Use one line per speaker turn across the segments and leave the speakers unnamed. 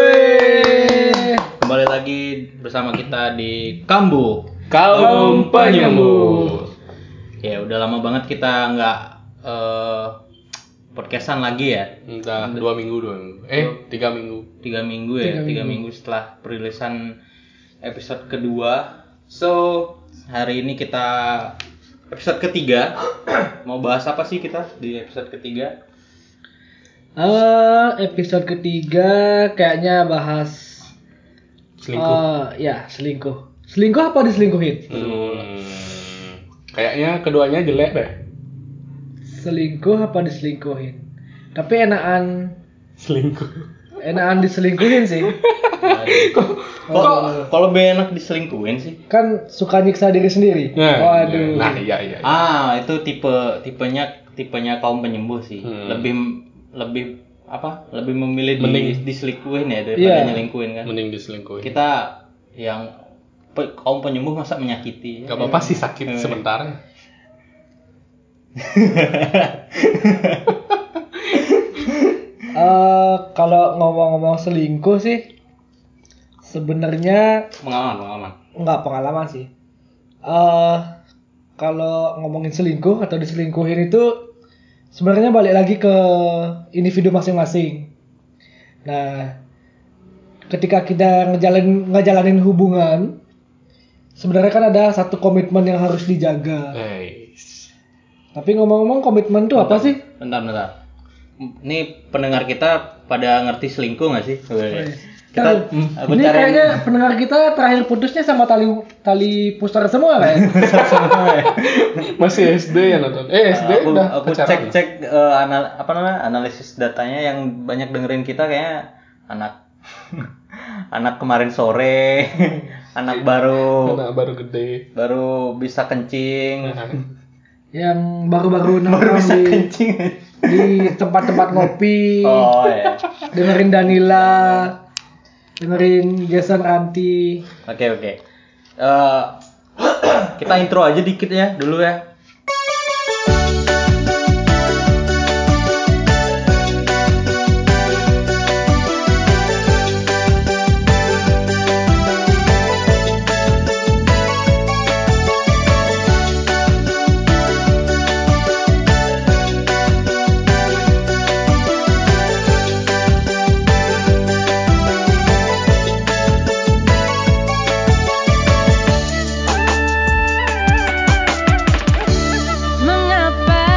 Hoi.
Kembali lagi bersama kita di Kambu.
Kaum penyembuh.
Ya udah lama banget kita nggak eh, podcastan lagi ya.
Entah dua minggu dua minggu. Eh tiga minggu.
Tiga minggu ya. Tiga, minggu. setelah perilisan episode kedua. So hari ini kita episode ketiga. Mau bahas apa sih kita di episode ketiga?
Eh, episode ketiga kayaknya bahas
Selingkuh.
eh, ya selingkuh. Selingkuh apa diselingkuhin?
Hmm. Kayaknya keduanya jelek deh.
Selingkuh apa diselingkuhin? Tapi enakan
Selingkuh.
enakan diselingkuhin sih.
Kok kalau lebih enak diselingkuhin sih?
Kan suka nyiksa diri sendiri.
Nah,
Waduh.
Nah iya iya.
Ah, itu tipe tipenya tipenya kaum penyembuh sih.
Hmm.
Lebih lebih apa? Lebih memilih
Mending-
di, diselingkuhin ya daripada
Iya.
nyelingkuhin kan.
Mending diselingkuhin.
Kita yang pe- kaum penyembuh masa menyakiti. ya. Iya. Eh,
Gak apa-apa sih sakit sebentar. ya.
Eh, kalau ngomong-ngomong selingkuh sih sebenarnya
Pengalaman, pengalaman.
nggak pengalaman sih. Eh kalau ngomongin selingkuh atau diselingkuhin itu sebenarnya balik lagi ke individu masing-masing. Nah, ketika kita ngejalin ngejalanin hubungan, sebenarnya kan ada satu komitmen yang harus dijaga.
Eh.
Tapi ngomong-ngomong komitmen tuh apa sih?
Bentar, bentar. Ini pendengar kita pada ngerti selingkuh nggak sih? Kita aku
Nah, ini
cariin-
kayaknya pendengar kita terakhir putusnya sama tali tali pusar semua kan?
Masih SD ya nonton. Eh SD
aku,
udah
aku
pacaran.
cek cek eh, anal- apa namanya analisis datanya yang banyak dengerin kita kayaknya anak anak kemarin sore
Iya.
anak baru
Anak baru gede.
baru bisa kencing
Nah.
yang baru-baru nongkrong di,
kencing
di tempat-tempat ngopi.
oh ya
dengerin Danila, dengerin Jason Ranti.
oke oke Eh, kita intro aja dikit ya dulu ya
Mengapa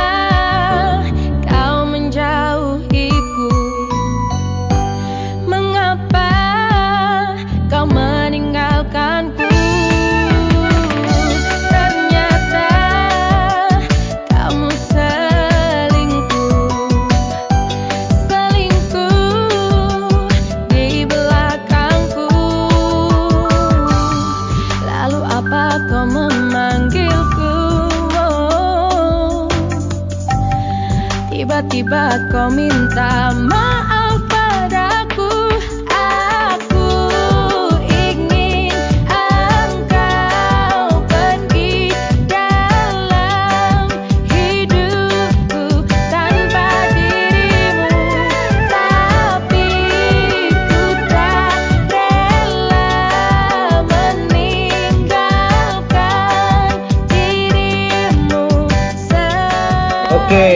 kau menjauhiku? Mengapa kau meninggalkanku? Ternyata kamu selingkuh, selingkuh di belakangku. Lalu apa kau memanggilku? Oh. Tiba-tiba kau minta maaf padaku. Aku ingin engkau pergi dalam hidupku tanpa dirimu. Tapi ku tak rela meninggalkan dirimu sendiri.
oke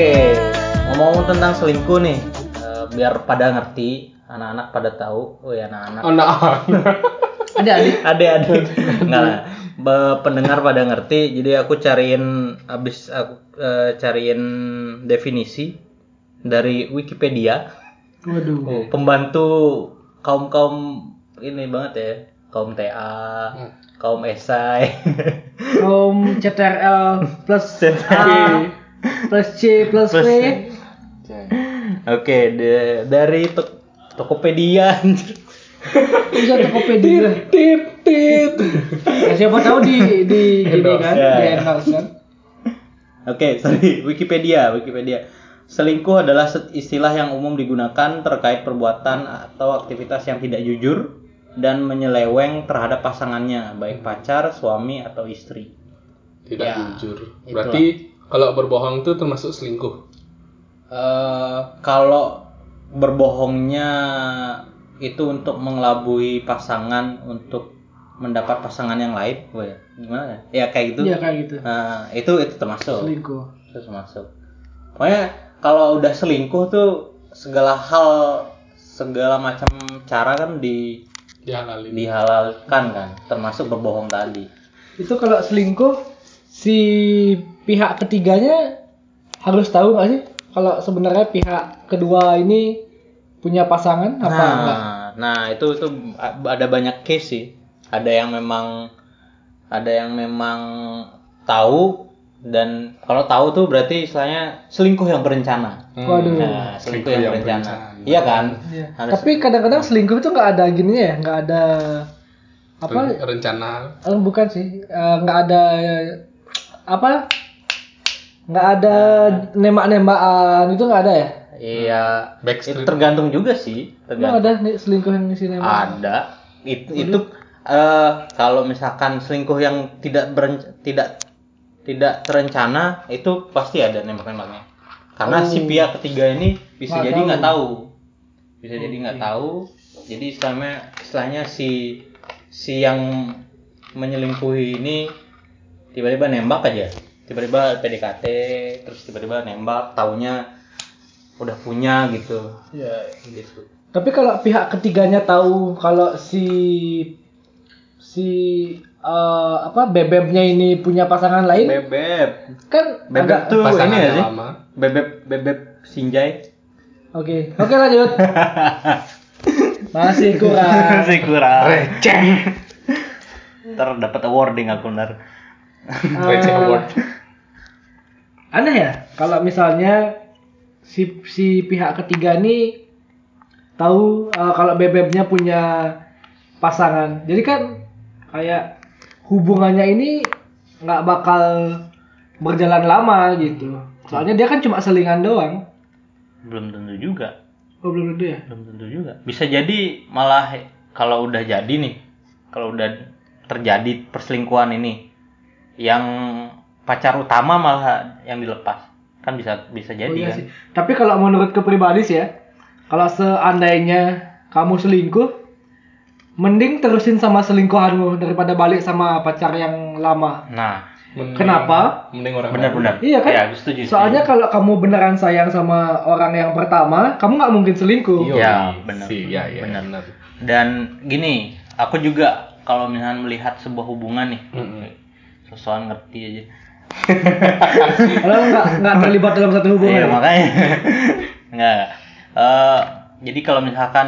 ngomong tentang selingkuh nih eh, biar pada ngerti anak-anak pada tahu oh ya anak-anak
Anak-anak.
Ada adik.
ada ada nggak lah. Be- pendengar pada ngerti jadi aku cariin abis aku eh, cariin definisi dari Wikipedia
Waduh.
Oh, pembantu kaum kaum ini banget ya kaum TA kaum esai
Kaum CTRL plus A plus C plus V.
Plus C. oke de- dari Tok- Tokopedia
Bisa Tokopedia.
Tit tit.
Nah, siapa tahu di di gini
Endorse, ya,
kan, di
ya.
endorse kan.
Oke, sorry, Wikipedia, Wikipedia. Selingkuh adalah se- istilah yang umum digunakan terkait perbuatan atau aktivitas yang tidak jujur dan menyeleweng terhadap pasangannya, baik pacar, suami, atau istri.
Tidak
Ya,
jujur.
itulah.
Berarti kalau berbohong tuh termasuk selingkuh.
eh kalau berbohongnya itu untuk mengelabui pasangan untuk mendapat pasangan yang lain, Wah, gimana? Ya kayak gitu.
Iya kayak gitu.
Nah, itu itu termasuk.
Selingkuh.
Itu termasuk. Pokoknya kalau udah selingkuh tuh segala hal segala macam cara kan di
dihalalin
dihalalkan kan, termasuk berbohong tadi.
Itu kalau selingkuh si pihak ketiganya harus tahu nggak sih kalau sebenarnya pihak kedua ini punya pasangan apa
nah,
enggak?
nah itu itu ada banyak case sih. Ada yang memang ada yang memang tahu dan kalau tahu tuh berarti istilahnya selingkuh yang berencana.
Hmm.
Waduh.
Nah, selingkuh
Selingkuh
yang,
yang
berencana.
berencana. Hmm.
Iya kan?
Iya.
Harus-
Tapi kadang-kadang selingkuh itu nggak ada gininya ya, nggak ada apa?
Ren- rencana
eh, bukan sih, Eh, nggak ada apa? Nggak ada
Nah.
nembak-nembakan itu nggak ada ya?
Iya.
Backstreet.
Itu tergantung juga sih.
Nggak
Tergantung.
ada nih selingkuh yang ngisi nembak.
Ada. Itu itu eh, kalau misalkan selingkuh yang tidak beren, tidak tidak terencana itu pasti ada nembak-nembaknya. Karena
Oh.
si pihak ketiga ini bisa
Nggak
jadi
tahu.
nggak tahu. Bisa jadi
Oke.
nggak tahu. Jadi istilahnya istilahnya si si yang menyelingkuhi ini tiba-tiba nembak aja. Tiba-tiba PDKT, terus tiba-tiba nembak, taunya udah punya gitu.
Iya.
Gitu.
Tapi kalau pihak ketiganya tahu kalau si si eh, apa bebeknya ini punya pasangan lain,
Bebek.
kan
Bebek
agak-
tuh ini
pasangan
ya
yang
sih?
lama
Bebek bebek sinjai.
Oke, oke lanjut. Masih kurang.
Masih kurang. Receh. Ntar dapat awarding aku ntar.
Receh
Ah.
award
aneh ya kalau misalnya si si pihak ketiga ini tahu uh, kalau bebeknya punya pasangan jadi kan kayak hubungannya ini nggak bakal berjalan lama gitu soalnya dia kan cuma selingan doang
Belum tentu juga.
oh belum tentu ya
Belum tentu juga. Bisa jadi malah kalau udah jadi nih, kalau udah terjadi perselingkuhan ini, yang pacar utama malah yang dilepas. Kan bisa bisa jadi
Oh iya
kan.
sih. tapi kalau menurut kepribadi sih ya kalau seandainya kamu selingkuh mending terusin sama selingkuhanmu daripada balik sama pacar yang lama
Nah,
Mending-
Kenapa?
mending orang lain.
benar-benar.
Iya kan?
Ya, aku setuju. setuju.
Soalnya kalau kamu beneran sayang sama orang yang pertama, kamu nggak mungkin selingkuh.
Iya,
Ya, benar.
benar. Sih, ya, ya,
Benar.
benar.
Dan gini, aku juga kalau misalnya melihat sebuah hubungan nih,
Mm-mm.
sosokan ngerti aja.
Kalau nggak nggak terlibat dalam satu hubungan.
Iya makanya nggak. nggak. Eh, jadi kalau misalkan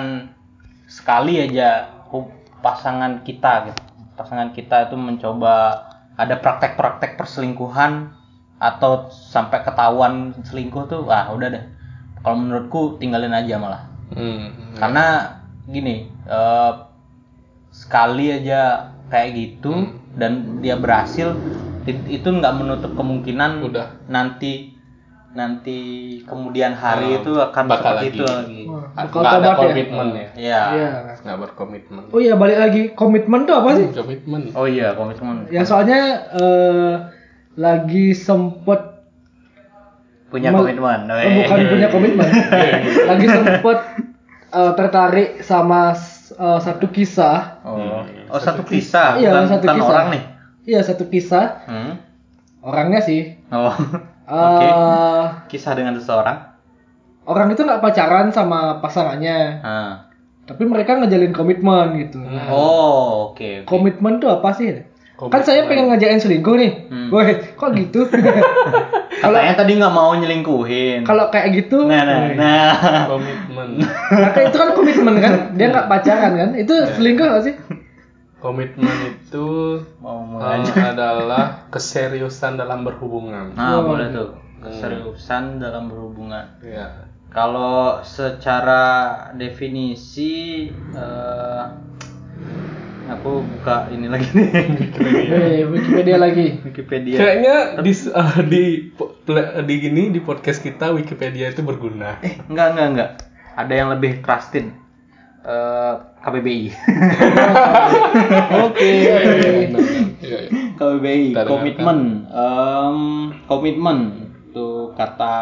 sekali aja hu- pasangan kita, gitu, pasangan kita itu mencoba ada praktek-praktek perselingkuhan atau sampai ketahuan selingkuh tuh, wah udah deh. Kalau menurutku tinggalin aja malah.
Hmm.
karena gini eh, sekali aja kayak gitu dan dia berhasil i- itu nggak menutup kemungkinan
Udah.
nanti nanti kemudian hari
Oh,
itu akan
bakal
seperti
lagi.
itu lagi
Wah, bakal
Nggak ada
tobat ya?
komitmen ya.
ya
Iya.
Nggak berkomitmen.
Oh iya balik lagi komitmen tuh apa sih?
Komitmen.
oh iya komitmen
Ya soalnya eh, lagi sempet
punya
Mau-
komitmen
eh, bukan punya komitmen,
Iya.
lagi sempet eh, tertarik sama s- eh, satu kisah.
oh, oh satu kisah
Iya,
bukan,
satu
bukan
kisah.
orang nih
Iya satu kisah
Hmm.
orangnya sih.
oh
eh,
oke kisah dengan seseorang
Orang itu nggak pacaran sama pasangannya,
Ah.
tapi mereka ngejalin komitmen gitu.
Hmm.
oh oke oke.
komitmen tuh apa sih? Kan
Komitmen.
saya pengen ngajakin selingkuh nih.
Hmm.
Woi, kok gitu?
katanya tadi nggak mau nyelingkuhin
Kalau Iya. kayak gitu,
nah nah
woi.
nah
komitmen.
Maka itu kan komitmen kan? Dia nggak pacaran kan? Itu
Nah.
selingkuh nggak sih?
komitmen itu
mau
eh,
mulai
adalah keseriusan dalam berhubungan.
nah
Wow.
boleh tuh keseriusan dalam berhubungan
Ya.
kalau secara definisi eh, aku buka ini lagi nih Iya.
Woi, Wikipedia lagi.
Wikipedia
Kayaknya di eh, di po- pla- di gini di podcast kita Wikipedia itu berguna.
eh enggak enggak enggak ada yang lebih trustin Eh, KBBI
Oke.
Iya, iya.
KBBI
Kita dengarkan.
komitmen Em, komitmen itu kata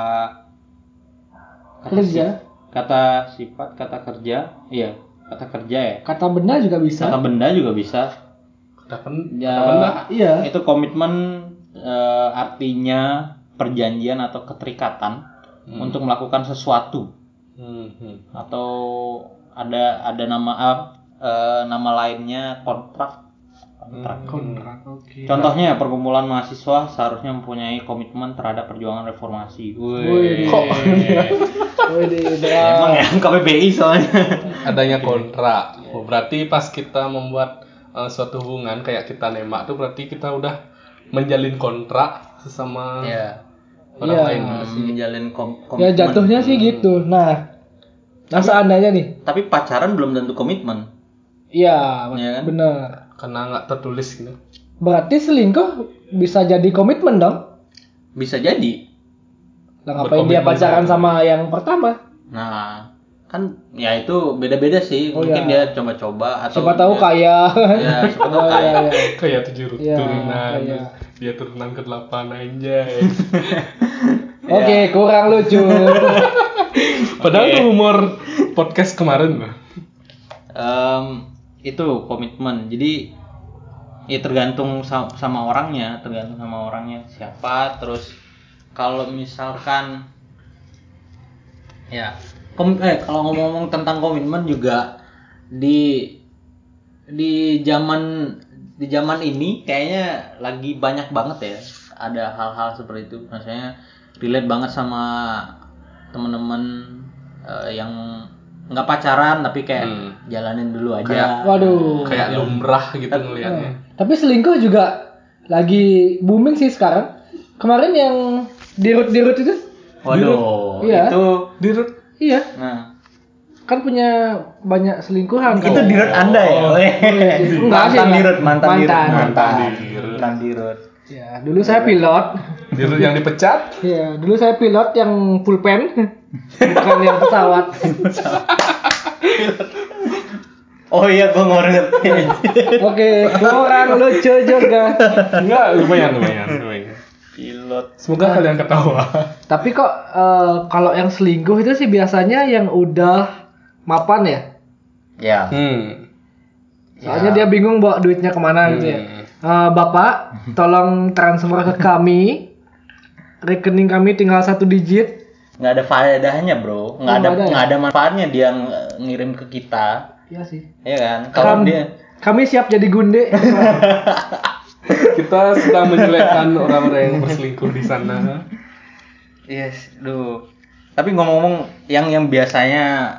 Kerja.
kata sifat kata kerja iya kata kerja ya
Kata benda juga bisa.
kata benda juga bisa
Kata pen-
Ya.
kata benda.
Iya.
itu komitmen eh, artinya perjanjian atau keterikatan
Hmm.
untuk melakukan sesuatu
Hmm, hmm.
atau ada ada nama ah, eh, nama lainnya kontrak
Hmm.
kontrak
Kontrak. Oke.
Contohnya perkumpulan mahasiswa seharusnya mempunyai komitmen terhadap perjuangan reformasi.
Wih.
Kok?
Wih,
Iya. Emang
berat.
ya KPBI soalnya.
adanya kontrak. Oh, berarti pas kita membuat eh, suatu hubungan kayak kita nembak tuh berarti kita udah menjalin kontrak sesama orang
Iya.
lain.
Masih menjalin kom-
Ya
komitmen.
jatuhnya sih gitu. Nah, nah seandainya nih,
Tapi pacaran belum tentu komitmen.
iya,
Iya kan?
bener.
Karena nggak tertulis gitu.
Berarti selingkuh bisa jadi komitmen dong.
Bisa jadi.
Lah ngapain
Berkomitmen
dia pacaran
dong.
sama yang pertama?
Nah, kan ya itu beda-beda sih.
Oh,
Mungkin
iya.
dia coba-coba atau
Siapa tahu
dia-
kaya.
Ya, siapa tahu
Oh,
kaya.
iya, iya.
Kayak ya tujuh
Iya,
turunan.
iya.
Dia turunan ke-8 aja.
Oke, kurang lucu.
Padahal
Oke.
tuh humor podcast kemarin loh.
Em, itu komitmen. Jadi ya tergantung sa- sama orangnya, tergantung sama orangnya siapa. Terus kalau misalkan ya kom- eh kalau ngomong-ngomong tentang komitmen juga di di zaman di zaman ini kayaknya lagi banyak banget ya ada hal-hal seperti itu maksudnya relate banget sama temen-temen eh, yang nggak pacaran tapi kayak
Hmm.
jalanin dulu aja
Kayak-
Waduh. Eh,
Kayak lumrah gitu
Iya.
ngelihatnya.
Tapi selingkuh juga lagi booming sih sekarang. Kemarin yang dirut-dirut itu,
waduh
Iya.
itu
Dirut
iya,
nah
kan punya banyak selingkuhan. kan.
itu dirut anda ya
Enggak sih,
mantan
enggak.
dirut mantan dirut
Mantan.
mantan
Dirut.
mantan dirut
Ya, dulu saya pilot.
dirut yang dipecat.
Iya, dulu saya pilot yang pulpen, bukan yang pesawat.
oh iya gua ngorek
Oke, kurang lucu juga.
Enggak, lumayan lumayan lumayan.
pilot
Semoga kalian ketawa.
Tapi kok eh, kalau yang selingkuh itu sih biasanya yang udah mapan ya.
ya
Hmm.
Soalnya dia bingung bawa duitnya kemana gitu ya.
Hmm.
Eh, Bapak, tolong transfer ke kami. Rekening kami tinggal satu digit.
nggak ada faedahnya bro nggak
Oh,
ada
nggak ada ya?
nggak ada manfaatnya dia ng- ngirim ke kita
Iya sih.
ya kan kalau
Kam-
dia
Kami siap jadi gunde.
Kita sedang menjelekkan orang-orang yang berselingkuh di sana.
yes duh tapi ngomong-ngomong yang yang biasanya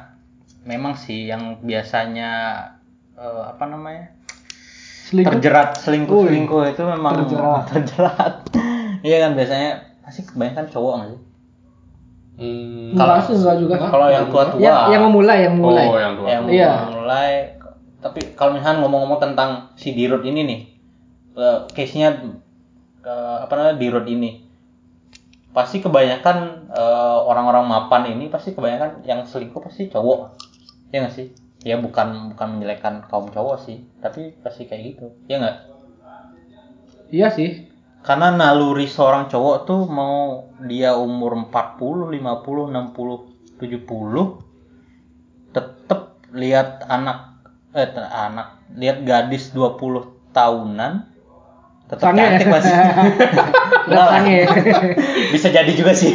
memang sih yang biasanya eh, apa namanya
Selingkuh.
terjerat selingkuh selingkuh itu memang
Terjerat.
terjerat. iya kan biasanya pasti kebanyakan cowok nggak sih
Hmm.
Enggak sih, enggak juga.
kalau ya. yang tua-tua
kan? Yang, yang memulai, yang memulai.
Oh, yang tua.
yang
Iya.
mulai tapi kalau misalnya ngomong-ngomong tentang si Dirut ini nih eh, case-nya eh, apa namanya Dirut ini pasti kebanyakan eh, orang-orang mapan ini pasti kebanyakan yang selingkuh pasti cowok ya nggak sih ya bukan bukan menjelekan kaum cowok sih tapi pasti kayak gitu ya nggak
Iya sih.
karena naluri seorang cowok tuh mau dia umur 40, 50, 60, 70 tetep lihat anak eh te- anak lihat gadis 20 tahunan tetep
Sange.
cantik pasti. Enggak lah.
Sange.
Bisa jadi juga sih.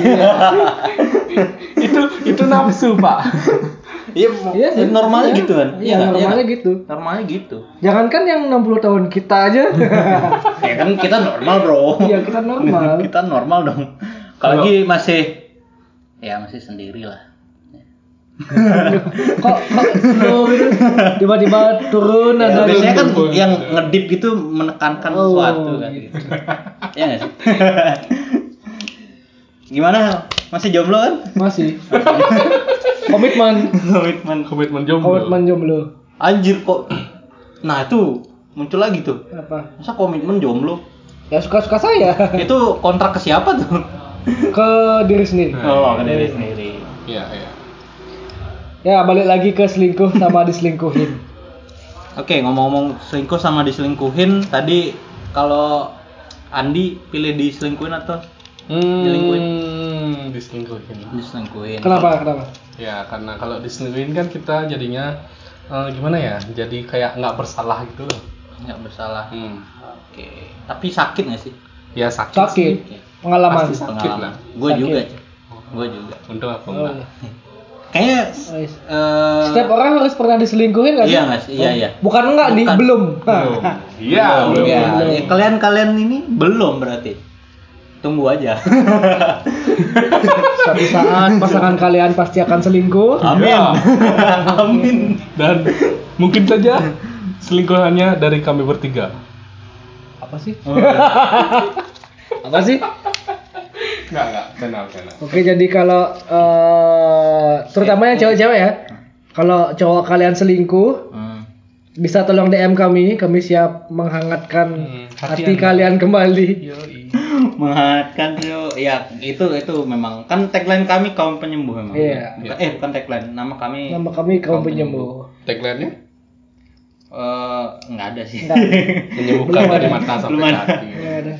itu itu nafsu pak.
Iya,
Iya sih.
normalnya
Iya.
gitu kan.
Iya,
nggak?
normalnya
nggak?
gitu.
Normalnya gitu.
Jangankan yang 60 tahun kita aja.
ya kan kita normal, Bro.
Iya, kita normal.
kita normal dong. Apalagi masih ya masih sendiri lah.
kok kok slow gitu? Tiba-tiba turun
Ya,
ada
biasanya kan
Turun.
yang ngedip gitu menekankan
Oh,
sesuatu kan gitu. ya nggak sih? Gimana? Masih jomblo kan?
masih. Komitmen,
Komitmen.
Komitmen jomblo.
komitmen jomblo.
Anjir kok. Nah, itu muncul lagi tuh.
Kenapa?
Masa komitmen jomblo?
Ya suka-suka saya
Itu kontrak ke siapa tuh?
ke diri sendiri.
Oh, ke diri sendiri.
Iya iya.
Ya, balik lagi ke selingkuh sama diselingkuhin.
Oke, ngomong-ngomong selingkuh sama diselingkuhin tadi kalau Andi pilih diselingkuhin atau Nyelingkuhin.
Hmm. Diselingkuhin.
diselingkuhin?
Kenapa? Kenapa?
Ya karena kalau diselingkuhin kan kita jadinya eh, gimana ya? Jadi kayak nggak bersalah gitu loh.
nggak bersalah
Hmm.
oke tapi sakit nggak sih
Ya sakit.
Sakit. Pengalaman.
Pasti sakit lah.
gue
Sakit.
juga gue juga
Untung aku
Oh,
enggak.
iya.
kayaknya
Oh, iya.
eh,
Setiap orang harus pernah diselingkuhin nggak sih?
iya nggak sih iya iya
Bukan enggak nih,
Bukan.
belum. Nah,
Belum. Iya, belum.
Iya,
belum.
ya, kalian-kalian ini belum berarti. Tunggu aja.
Suatu saat pasangan kalian pasti akan selingkuh.
Ah.
Amin. Amin.
Iya. Dan mungkin saja selingkuhannya dari kami bertiga.
Apa sih?
Hmm. Apa sih?
Enggak, enggak. Kenal, kenal.
Oke, jadi kalau eh, terutama yang cewek-cewek ya, kalau cowok kalian selingkuh, bisa tolong DM kami, kami siap menghangatkan
Hmm, hati
hati,
Anda.
kalian kembali.
Menghangatkan yo. Ya, itu itu memang kan tagline kami kaum penyembuh memang.
Iya.
Bukan- eh bukan tagline, nama kami
Nama kami kaum
Kaum penyembuh.
penyembuh.
Tagline-nya
eh, nggak ada sih.
menyembuhkan
Belum
dari
ada.
mata sampai
Belum ada.
hati.
Ya udah.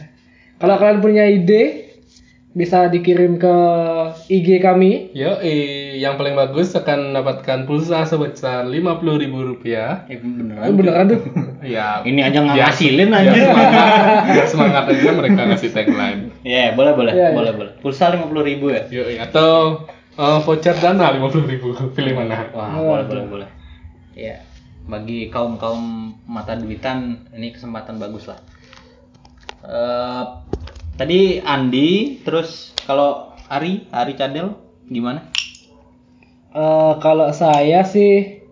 Kalau kalian punya ide, bisa dikirim ke IG kami.
Yo, yang paling bagus akan mendapatkan pulsa sebesar lima puluh ribu rupiah.
Ya,
Eh,
beneran.
beneran Iya. tuh.
Ya,
Ini aja nggak
Ya.
ngasilin
biar
anjir.
semangat, biar Ya, semangat aja mereka ngasih tagline.
Ya, boleh boleh,
Iya, iya.
boleh boleh. Pulsa 50.000 ya.
Yo, atau eh, voucher dana lima puluh ribu pilih mana?
Wah,
Oh,
boleh,
aduh.
boleh, boleh. Ya, bagi kaum kaum mata duitan ini kesempatan bagus lah. Eh, tadi Andi, terus kalau Ari, Ari Cadel, gimana?
Eh, kalau saya sih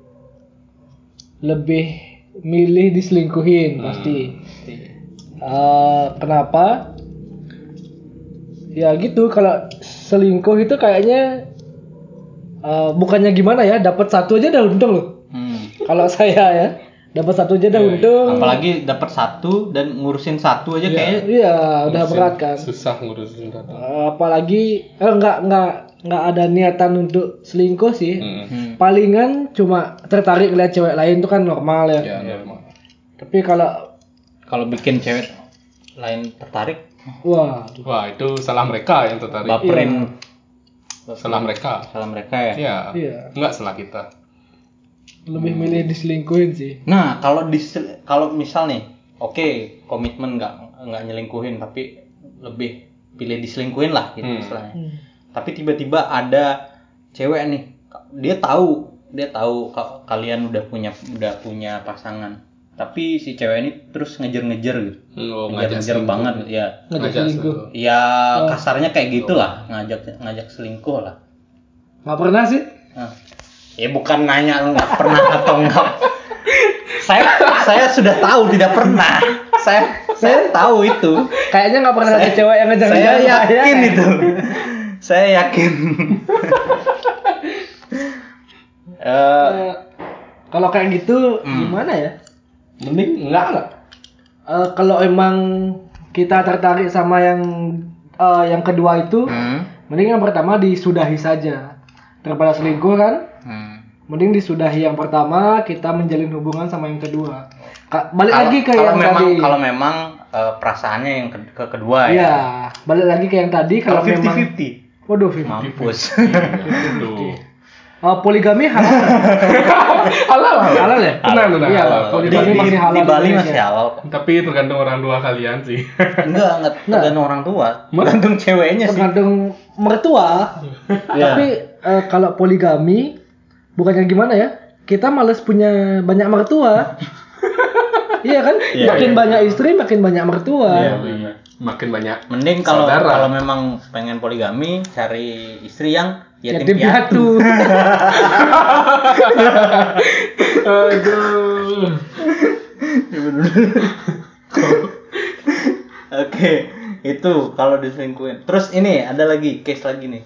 lebih milih diselingkuhin pasti. Eh, kenapa? Ya gitu kalau selingkuh itu kayaknya eh, bukannya gimana ya dapat satu aja udah untung loh.
Hmm.
Kalau saya ya dapat satu aja udah
Iya, iya.
untung.
Apalagi dapat satu dan ngurusin satu aja
Iya.
kayaknya.
Iya udah berat kan.
Susah ngurusin data.
Eh, apalagi eh, nggak nggak nggak ada niatan untuk selingkuh sih.
Mm.
Hmm.
Palingan cuma tertarik lihat cewek lain itu kan normal ya.
Iya.
Ya, normal.
Tapi kalau
Kalau bikin cewek lain tertarik,
wah
Wah, itu salah mereka yang tertarik.
baperin
Salah mereka.
salah mereka ya.
Ya,
Iya.
nggak salah kita.
lebih
Hmm.
milih diselingkuhin sih.
Nah, kalau di kalau misal nih, oke, komitmen nggak nggak nyelingkuhin tapi lebih pilih diselingkuhin lah gitu
Hmm.
istilahnya. Tapi tiba-tiba ada cewek nih, dia tahu, dia tahu ka- kalian udah punya udah punya pasangan. Tapi si cewek ini terus ngejer-ngejer gitu.
Oh, ngajak
Ngejer-ngejer
selingkuh.
banget ya.
Ngajak
Ngajak
selingkuh.
selingkuh.
Ya kasarnya kayak gitulah, ngajak ngajak selingkuh lah.
Nggak pernah sih.
Nah, Ya bukan nanya lu nggak pernah atau enggak. saya saya sudah tahu tidak pernah. Saya saya tahu itu.
Kayaknya nggak pernah ada
Saya-
cewek yang ngajak Iya,
saya
ngajak
yakin itu. saya yakin. Eh,
Eh, kalau kayak gitu
Hmm.
gimana ya?
Mending nggak lah.
Eh, kalau emang kita tertarik sama yang eh, yang kedua itu,
hmm,
mending yang pertama disudahi saja. Daripada selingkuh kan,
hmm.
mending disudahi yang pertama, kita menjalin hubungan sama yang kedua. Ka- balik
Kalau
lagi ke
kalau
yang
memang
tadi.
kalau memang eh, perasaannya yang ke, ke kedua
Iya,
ya.
balik lagi ke yang tadi kalau
Kalau
memang
50-50
Waduh, Fif.
mampus.
Aduh.
Eh, poligami halal. halal, halal ya?
Tenang, tenang.
Iya,
halal.
kalau
di,
Bali
di-
masih halal
di
gitu ya, di
Bali
Indonesia.
masih halal.
Tapi tergantung orang tua kalian sih.
Enggak, enggak tergantung orang tua. Tergantung ceweknya Iya sih.
Tergantung mertua.
Iya.
Tapi eh, kalau poligami bukannya gimana ya? Kita males punya banyak mertua. iya kan?
Iya,
makin
iya.
banyak istri, makin banyak mertua.
Iya.
Makin banyak.
Mending kalau
Saudara.
kalau memang pengen poligami cari istri yang yatim,
Yatim
piatu.
piatu.
Aduh.
Oke, itu kalau diselingkuhin. Terus ini ada lagi case lagi nih.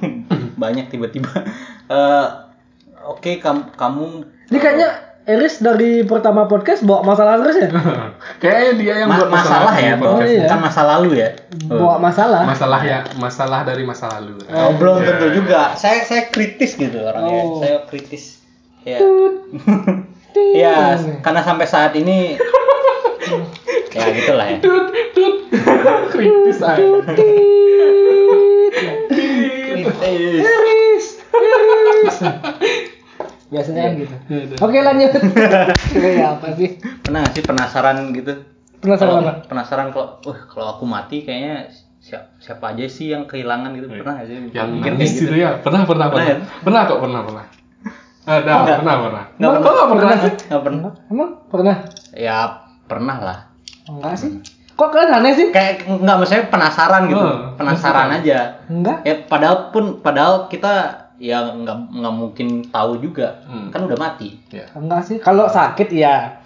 Banyak tiba-tiba. Eh, Oke, kam- kamu eh,
Ini kayaknya Eris dari pertama podcast bawa masalah
Oh.
terus ya?
Kayaknya dia yang
ma-
buat
masalah ya,
di
bukan
Bang.
podcast.
iya.
bukan masa lalu ya.
Bawa masalah.
Masalah ya, masalah dari masa lalu.
Oh, belum tentu juga. Saya saya kritis gitu orangnya.
Oh.
Saya kritis. Ya. ya, karena sampai saat ini ya gitulah ya.
Kritis aja.
ah. Kritis.
Eris, Eris. Biasanya kan
Iya.
gitu.
Iya.
Oke lanjut. ya apa sih?
Pernah nggak sih penasaran gitu?
Penasaran
Kalau-
apa?
Penasaran kalau, wah kalau aku mati kayaknya siapa, siapa aja sih yang kehilangan gitu? Pernah nggak sih?
Iya. yang
mikir kayak
nangis
gitu?
gitu ya pernah pernah
Pernah
pernah
ya?
pernah kok pernah pernah ada
Enggak.
pernah pernah
Nggak
Emang
pernah.
kok nggak pernah sih?
Nggak pernah.
Emang pernah?
Ya pernah lah.
Enggak sih. Kok kalian aneh sih?
Kayak nggak maksudnya penasaran gitu,
Hmm,
penasaran
maksudnya.
aja.
Enggak.
Ya padahal pun padahal kita ya nggak nggak mungkin tahu juga,
Hmm.
kan udah mati.
ya
Enggak sih. Kalau sakit iya.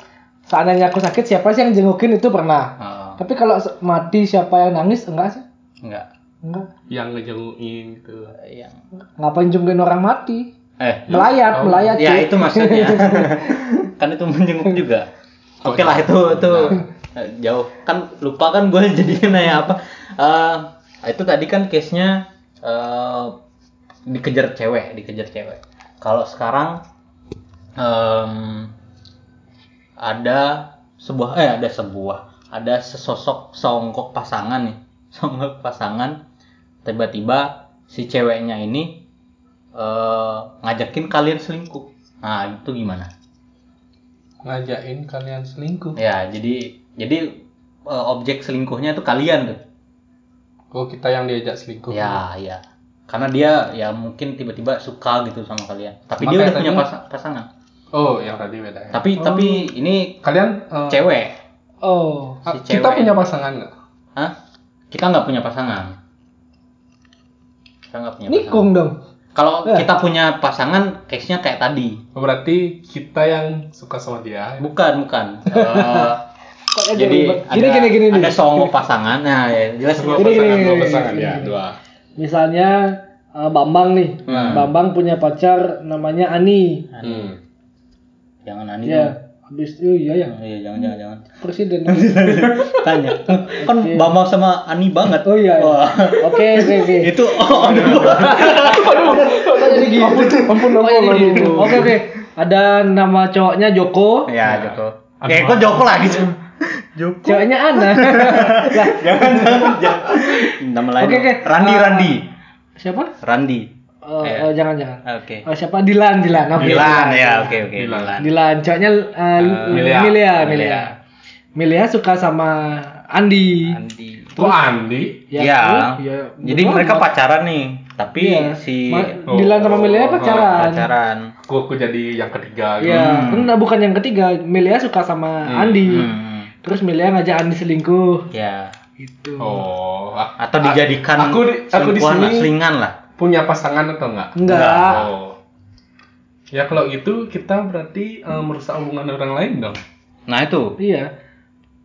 Seandainya aku sakit siapa sih yang jengukin itu pernah.
Oh,
Tapi kalau se- mati siapa yang nangis enggak sih?
nggak
Enggak.
yang ngejenguin gitu
yang
Ngapain jengukin orang mati?
eh
Melayat,
Oh,
melayat.
ya
cuy.
itu maksudnya kan itu menjenguk juga
Kok
oke lah itu itu eh, jauh kan lupa kan gue jadi nanya apa Eh, itu tadi kan case nya dikejar cewek dikejar cewek kalau sekarang em, ada sebuah eh ada sebuah ada sesosok songkok pasangan nih songkok pasangan tiba-tiba si ceweknya ini eh, ngajakin kalian selingkuh nah itu gimana
ngajakin kalian selingkuh
ya jadi jadi eh, objek selingkuhnya itu kalian tuh
oh kita yang diajak selingkuh
ya ya karena dia ya mungkin tiba-tiba suka gitu sama kalian tapi dia
Makanya
udah punya
tadi-
pasa- pasangan
oh yang tadi beda ya
tapi tapi ini
kalian eh,
cewek
Oh.
ah,
si
kita
cewek.
punya pasangan nggak
Hah? kita nggak punya pasangan kita nggak punya pasangan
Nikung dong.
kalau
Eh.
kita punya pasangan case nya kayak tadi
Oh, berarti kita yang suka sama dia
bukan bukan Eh,
Kok dia
jadi
ribet?
ada,
gini gini gini.
ada
nih.
songkok pasangan nah ya, jelas
dua
Ini,
pasangan
ini,
dua
ini,
pasangan
ini,
ya
ini.
dua
Misalnya eh, Bambang nih.
Hmm.
Bambang punya pacar namanya Ani.
hmm.
jangan ani dong.
Ya, habis itu iya ya.
iya jangan jangan jangan
Presiden.
tanya kan Bambang sama Ani banget
Iya. Oh iya. iya.
Wah.
Oke, oke, oke.
itu oh, aduh.
Kok jadi gitu? Ampun, ampun, ampun. Oke, oke. Ada nama cowoknya Joko,
Iya,
ya
gitu.
Joko ya kok Joko lagi sih Joko
ceweknya Ana. Lah,
jangan jangan jangan nama lain
Oke, oke.
Randi
Ah.
Randi
siapa?
Randi
Eh,
Iya.
eh, jangan, jangan.
oke
Oh, siapa? Dilan, Dilan. Oke.
Milan ya oke oke
Milan.
Milan
Dilan, cowoknya eh,
Milia.
Milia, Milia.
Milia.
Milia suka sama Andi.
Andi
kok Andi
ya,
eh, ya,
jadi
betul,
mereka
Mat.
pacaran nih tapi
Iya.
si
Ma- Dilan sama Milia pacaran.
pacaran
kok aku jadi yang ketiga gitu.
Iya,
Hmm.
enggak bukan yang ketiga. Milia suka sama Andi.
Hmm,
Terus Milia ngajak Andi selingkuh
ya
gitu.
oh ah,
atau
ah,
dijadikan
aku di, aku di
selingkuhan
sini
lah, selingan lah
punya pasangan atau enggak
Enggak.
Oh. Ya kalau gitu kita berarti eh, merusak hubungan orang lain dong.
nah itu
Iya.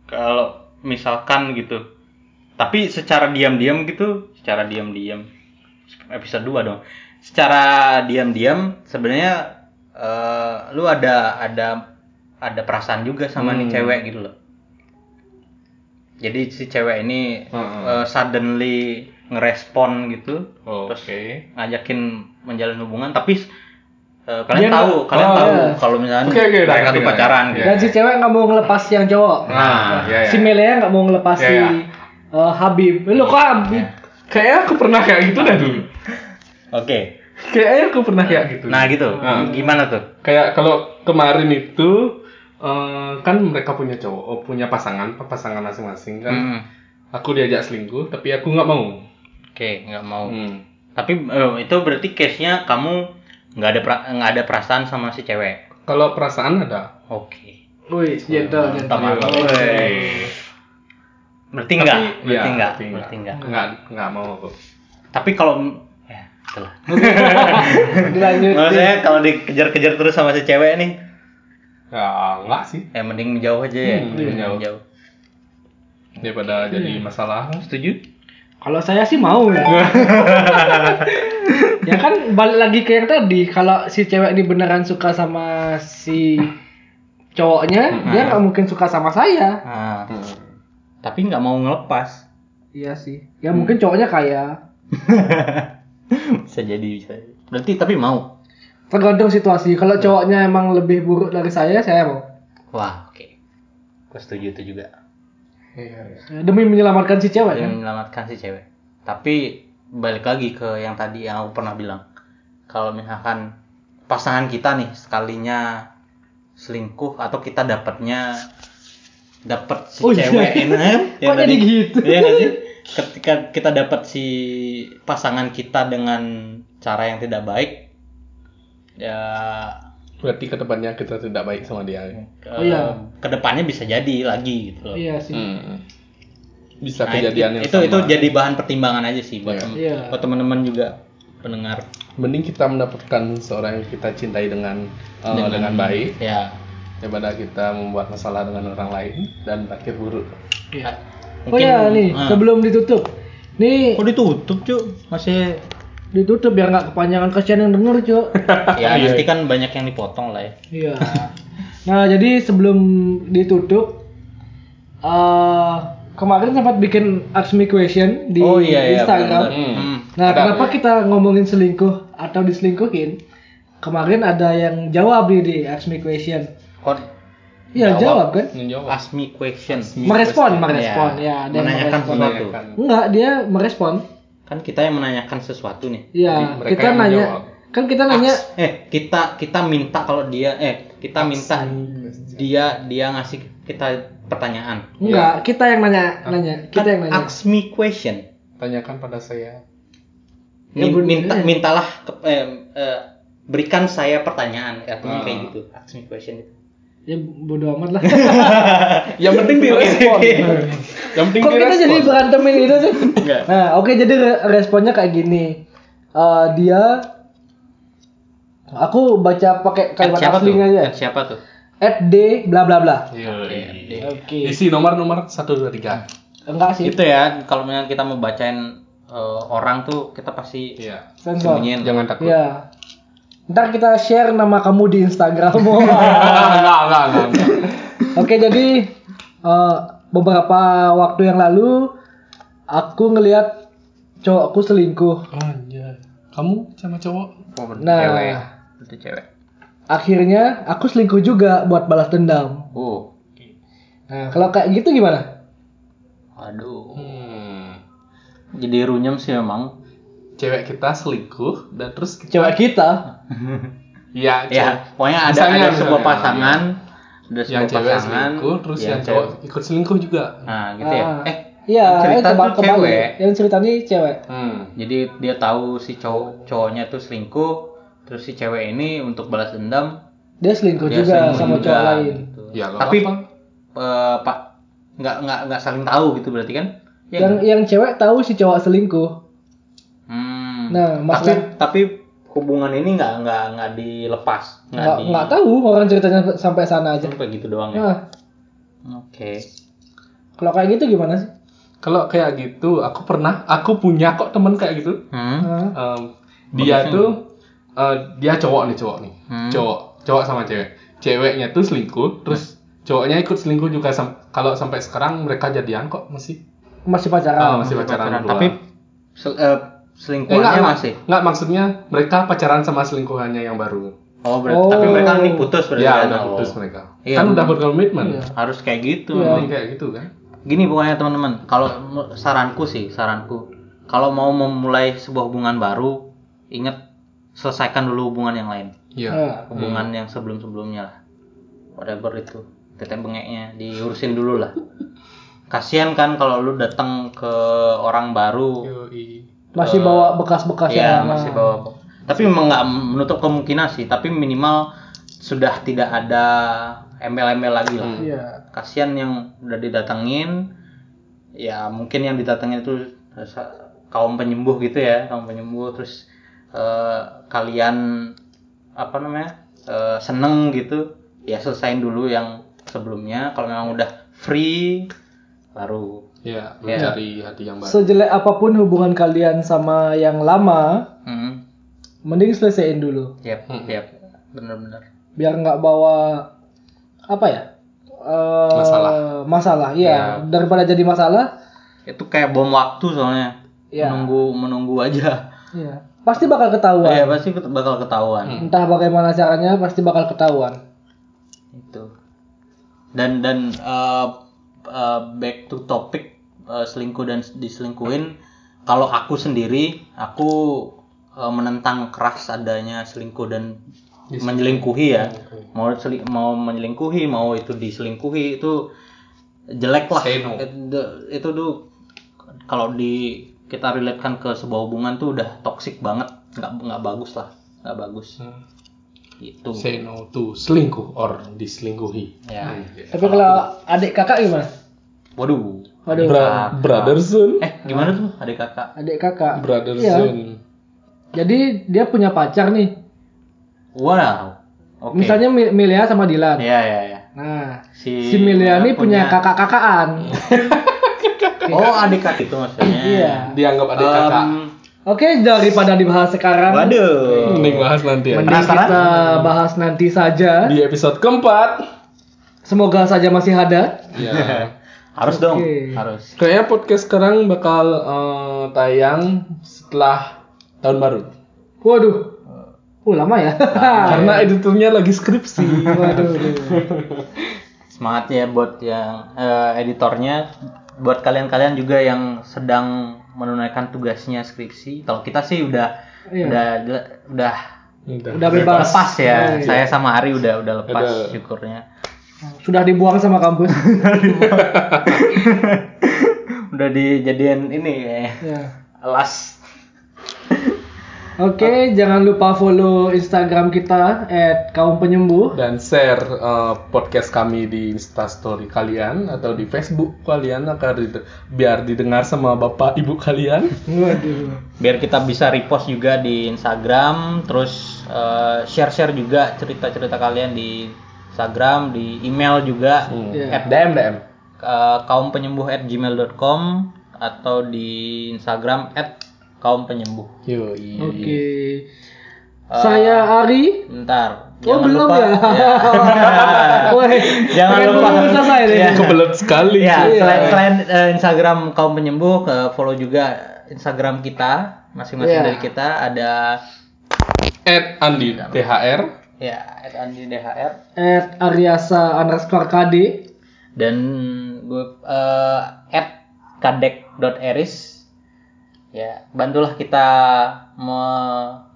kalau misalkan gitu tapi secara diam-diam gitu secara diam-diam episode 2 dong secara diam-diam sebenarnya eh, lu ada ada ada perasaan juga sama nih
Hmm.
cewek gitu loh jadi si cewek ini
Heeh.
eh, suddenly ngerespon gitu
Hmm. Oh, Oke.
Terus- ngajakin menjalin hubungan tapi eh, kalian
Dia
tahu
nggak-
kalian
oh,
tahu
iya.
kalau misalnya
Oke, oke, Iya. udah
mereka
ngerti,
tuh
udah
pacaran
ngerti.
gitu
Dan si cewek nggak mau ngelepas yang cowok.
Nah, ya, ya.
Si Melia nggak mau ngelepas
Ya,
si
ya.
eh, Habib. Eh, Lo kok Habib?
Kayaknya aku pernah kayak gitu dah dulu.
oke
Kayaknya aku pernah kayak gitu.
nah gitu
Ah.
gimana tuh
Kayak kalau kemarin itu eh, kan mereka punya cowok, oh, punya pasangan, pasangan masing-masing kan.
Hmm.
Aku diajak selingkuh, tapi aku nggak mau.
Oke, nggak mau.
Hmm.
Tapi eh, itu berarti case-nya kamu nggak ada pra- nggak ada perasaan sama si cewek.
Kalau perasaan ada.
Oke.
Wih, gentle,
Mantap, mantap.
gentle.
Weh. Berarti
Tapi-
nggak?
ya,
Berarti nggak?
berarti
Berarti nggak.
nggak. Nggak, nggak mau aku.
Tapi kalau ya, itulah.
Dilanjut.
Maksudnya kalau dikejar-kejar terus sama si cewek nih,
Ya nggak sih
ya mending menjauh aja ya.
Hmm,
Mending
menjauh. daripada jadi masalah.
Setuju?
Kalau saya sih mau. ya kan balik lagi ke yang tadi. Kalau si cewek ini beneran suka sama si cowoknya, dia nggak mungkin suka sama saya.
Ah,
Hmm.
tapi nggak mau ngelepas.
Iya sih. Ya
Mm.
mungkin cowoknya kaya.
bisa jadi bisa. Berarti tapi mau.
Tergantung situasi.
Iya.
Kalau cowoknya emang lebih buruk dari saya, saya mau.
Wah, oke. Gue setuju itu juga.
Iya, iya.
Demi menyelamatkan si cewek kan.
yang menyelamatkan si cewek. Tapi balik lagi ke yang tadi yang aku pernah bilang, kalau misalkan pasangan kita nih sekalinya selingkuh atau kita dapatnya dapat si
Oh, iya.
cewek ini kan?
Kok jadi gitu?
Iya nggak sih? Ketika kita dapat si pasangan kita dengan cara yang tidak baik ya
Berarti kedepannya kita tidak baik sama dia.
Oh, iya.
eh, kedepannya bisa jadi lagi gitu loh.
Iya sih.
Hmm. Bisa
Nah,
kejadian yang
itu
sama.
itu jadi bahan pertimbangan aja sih buat
Iya.
tem-
Iya.
buat teman-teman juga pendengar
mending kita mendapatkan seorang yang kita cintai dengan eh, dengan, baik
ya
daripada kita membuat masalah dengan orang lain dan berakhir buruk.
Iya. Oh
Mungkin-
ya nih,
ah.
sebelum ditutup. Nih
kok ditutup cuy masih
ditutup biar nggak kepanjangan kasihan yang denger, Cuk.
ya nanti kan banyak yang dipotong lah ya
Iya. Nah, jadi sebelum ditutup eh kemarin sempat bikin ask me question di
oh iya iya benar.
Instagram.
Hmm.
Nah,
Ada,
kenapa kita ngomongin selingkuh atau diselingkuhin? Kemarin ada yang jawab nih di ask me question.
Kon
Iya,
Jawab.
jawab, kan?
Menjawab.
ask me question
Merespon, merespon.
Ya,
Ya, ada yang
menanyakan
merespon.
sesuatu
Menanyakan.
Enggak, dia merespon.
kan kita yang menanyakan sesuatu nih
Jadi
Iya,
mereka
kita
yang
nanya.
menjawab.
Kan kita nanya
Ask- eh kita kita minta kalau dia eh kita minta dia dia ngasih kita pertanyaan
enggak, kita yang nanya, nanya,
Iya.
kita
Kan
yang nanya.
ask me question
Tanyakan pada saya.
Ya,
Min-
bener.
minta mintalah ke- eh, eh, berikan saya pertanyaan artinya
Ah.
kayak gitu ask me question itu
Ya bodo amat lah.
Yang penting direspon. yang penting
Kok kita
direspon.
jadi berantemin gitu sih?
Enggak.
Nah, oke jadi re- responnya kayak gini. Eh, dia aku baca pakai kalimat
siapa tuh
aslinya aja.
At siapa tuh
At D bla bla bla.
Yoi.
Oke.
Isi nomor nomor satu dua tiga.
Enggak sih.
itu ya kalau misalnya kita mau bacain eh, orang tuh kita pasti
Iya.
Sensor.
sembunyiin
Jangan takut.
Iya. Ntar kita share nama kamu di Instagram. Wah.
enggak, enggak, enggak, enggak.
Oke jadi eh, beberapa waktu yang lalu aku ngelihat cowokku selingkuh.
Anjay. Kamu sama cowok? Oh,
Nah.
cewek itu cewek
Akhirnya aku selingkuh juga buat balas dendam.
uh
Nah kalau kayak gitu gimana?
aduh
Hmm.
jadi runyam sih memang
Cewek kita selingkuh dan terus kita
Cewek kita.
Iya, cewek-
ya pokoknya ada
Misalnya,
ada sebuah
misalnya,
pasangan ada
yang
sebuah
cewek
pasangan
selingkuh terus
ya,
Iya, yang cowok
cewek.
ikut selingkuh juga.
nah gitu ya
Ah.
eh
Iya,
yang cerita
eh, kebal-
tuh
kebalik.
cewek
Yang cerita nih cewek.
Hmm.
jadi dia tahu si cowok cowoknya tuh selingkuh terus si cewek ini untuk balas dendam
Dia selingkuh
dia
juga
selingkuh
sama
juga,
cowok lain.
gitu.
Ya, nggak
tapi
apa-apa.
eh, pak nggak nggak nggak saling tahu gitu berarti kan Iya
Yang
nggak?
yang cewek tahu si cowok selingkuh.
Hmm.
Nah,
tapi
masalah-
tapi hubungan ini nggak nggak nggak dilepas
Nggak
di-
nggak tahu orang ceritanya sampai sana aja.
Sampai gitu doang ya. Oke.
Nah, kalau kayak gitu gimana sih?
Kalau kayak gitu, aku pernah, aku punya kok temen kayak gitu.
Hmm.
Nah,
Em,
Bagusnya
dia tuh, eh, dia cowok nih cowok nih,
Hmm.
cowok, cowok sama cewek. Ceweknya tuh selingkuh, terus cowoknya ikut selingkuh juga. Sam- kalau sampai sekarang mereka jadian kok masih, Ah,
masih
Oh,
pacaran.
masih pacaran. berdua.
Tapi sel- eh,
Eh, enggak,
selingkuhannya
enggak,
masih.
enggak, maksudnya mereka pacaran sama selingkuhannya yang baru.
Oh, berarti
Oh.
tapi mereka ini putus berarti.
ya
kan?
udah
Oh.
putus mereka.
Iya,
kan
bener.
udah berkomitmen.
Iya.
Harus kayak gitu.
Iya.
Mending kayak gitu kan.
Gini pokoknya teman-teman, kalau mu- saranku sih, saranku kalau mau memulai sebuah hubungan baru, ingat selesaikan dulu hubungan yang lain,
Iya.
Nah,
hubungan yang sebelum-sebelumnya lah. Whatever itu, teteh bengeknya diurusin dulu lah. Kasihan kan kalau lu datang ke orang baru,
Iya, Yoi.
masih bawa bekas-bekas
Iya
yang lama.
masih bawa tapi memang nggak menutup kemungkinan sih tapi minimal sudah tidak ada embel-embel lagi lah
Iya.
kasihan yang udah didatengin ya mungkin yang didatengin itu kaum penyembuh gitu ya kaum penyembuh terus eh, kalian apa namanya eh, seneng gitu ya selesain dulu yang sebelumnya kalau memang udah free baru
Ya, mencari hati yang baru.
Sejelek apapun hubungan kalian sama yang lama,
hmm,
mending selesaiin dulu.
yep, yep. bener-bener
Biar nggak bawa apa ya? Eh,
Masalah.
Masalah, iya. Daripada jadi masalah,
itu kayak bom waktu soalnya
Iya.
menunggu menunggu aja
iya. Pasti bakal ketahuan.
ya pasti ket- bakal ketahuan
entah bagaimana caranya pasti bakal ketahuan.
itu dan dan eh, eh, back to topic eh, selingkuh dan diselingkuhin kalau aku sendiri aku eh, menentang keras adanya selingkuh dan menjelingkuhi ya
Menjelingkuhi.
mau seli- mau menjelingkuhi mau itu diselingkuhi itu jelek lah
Say no.
itu, itu tuh kalau di kita relatekan ke sebuah hubungan tuh udah toxic banget nggak nggak bagus lah nggak bagus
Hmm.
gitu
Say no to selingkuh or diselingkuhi.
Ya.
Anjir.
Tapi kalau adik kakak gimana?
waduh
Waduh,
Bra- brother soon.
eh gimana tuh adik kakak
adik kakak.
Brother
Iya.
soon.
Jadi dia punya pacar nih.
wow oke
Misalnya Mi- Milia sama Dilan.
ya ya ya
Nah,
si,
si Milia ini punya kakak-kakaan.
oh adik kakak itu maksudnya
Iya.
Dianggap adik
Em,
kakak.
Oke, daripada dibahas sekarang,
waduh
Mending bahas nanti ya.
mending
Penasaran?
kita bahas nanti saja.
Di episode keempat.
Semoga saja masih ada.
Ya.
harus dong
Oke.
harus
Kayaknya podcast sekarang bakal eh, tayang setelah tahun baru.
Waduh. Uh, lama ya.
Karena editornya lagi skripsi.
Waduh.
semangat ya buat yang eh, editornya buat kalian-kalian juga yang sedang menunaikan tugasnya skripsi kalau kita sih udah
Iya.
udah udah
Udah bebas.
lepas ya
Iya.
saya sama Ari udah udah lepas
Udah.
syukurnya
Sudah dibuang sama kampus.
udah dijadian ini eh,
ya.
alas
Oke, jangan lupa follow Instagram kita @kaum penyembuh.
dan share eh, podcast kami di instastory kalian atau di Facebook kalian agar dide- biar didengar sama bapak ibu kalian.
Waduh.
biar kita bisa repost juga di Instagram terus eh, share-share juga cerita-cerita kalian di Instagram di email juga
Hmm.
Iya.
At
DM DM.
kaum penyembuh at gmail.com atau di Instagram at kaum penyembuh.
Yoi.
Iya,
Oke. Uh, Saya Ari.
Bentar.
Oh, belum ya? Woi,
Jangan
keren,
lupa.
belum selesai nih.
Iya.
Kebelet sekali.
Ya,
Iya.
selain, selain, eh, Instagram kaum penyembuh, ke- follow juga Instagram kita masing-masing
Iya.
dari kita ada
At Andi THR.
ya at Andi DHR
At Ariasa underscore KD.
dan gue eh, at kadek.eris ya bantulah kita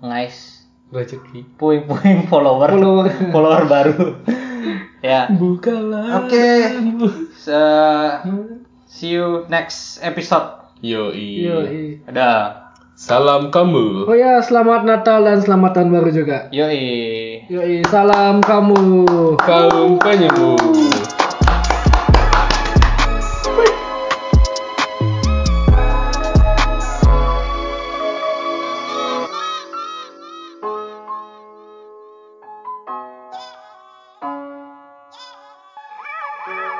mengais
Rezeki.
puing-puing follower
Follower.
follower baru ya
Bukalah.
oke So, see you next episode
Yoi.
Yoi.
ada
Salam kamu.
Oh ya, selamat Natal dan selamat tahun baru juga.
yoi
Yoi, salam kamu.
Kaum penyembuh.
Thank you.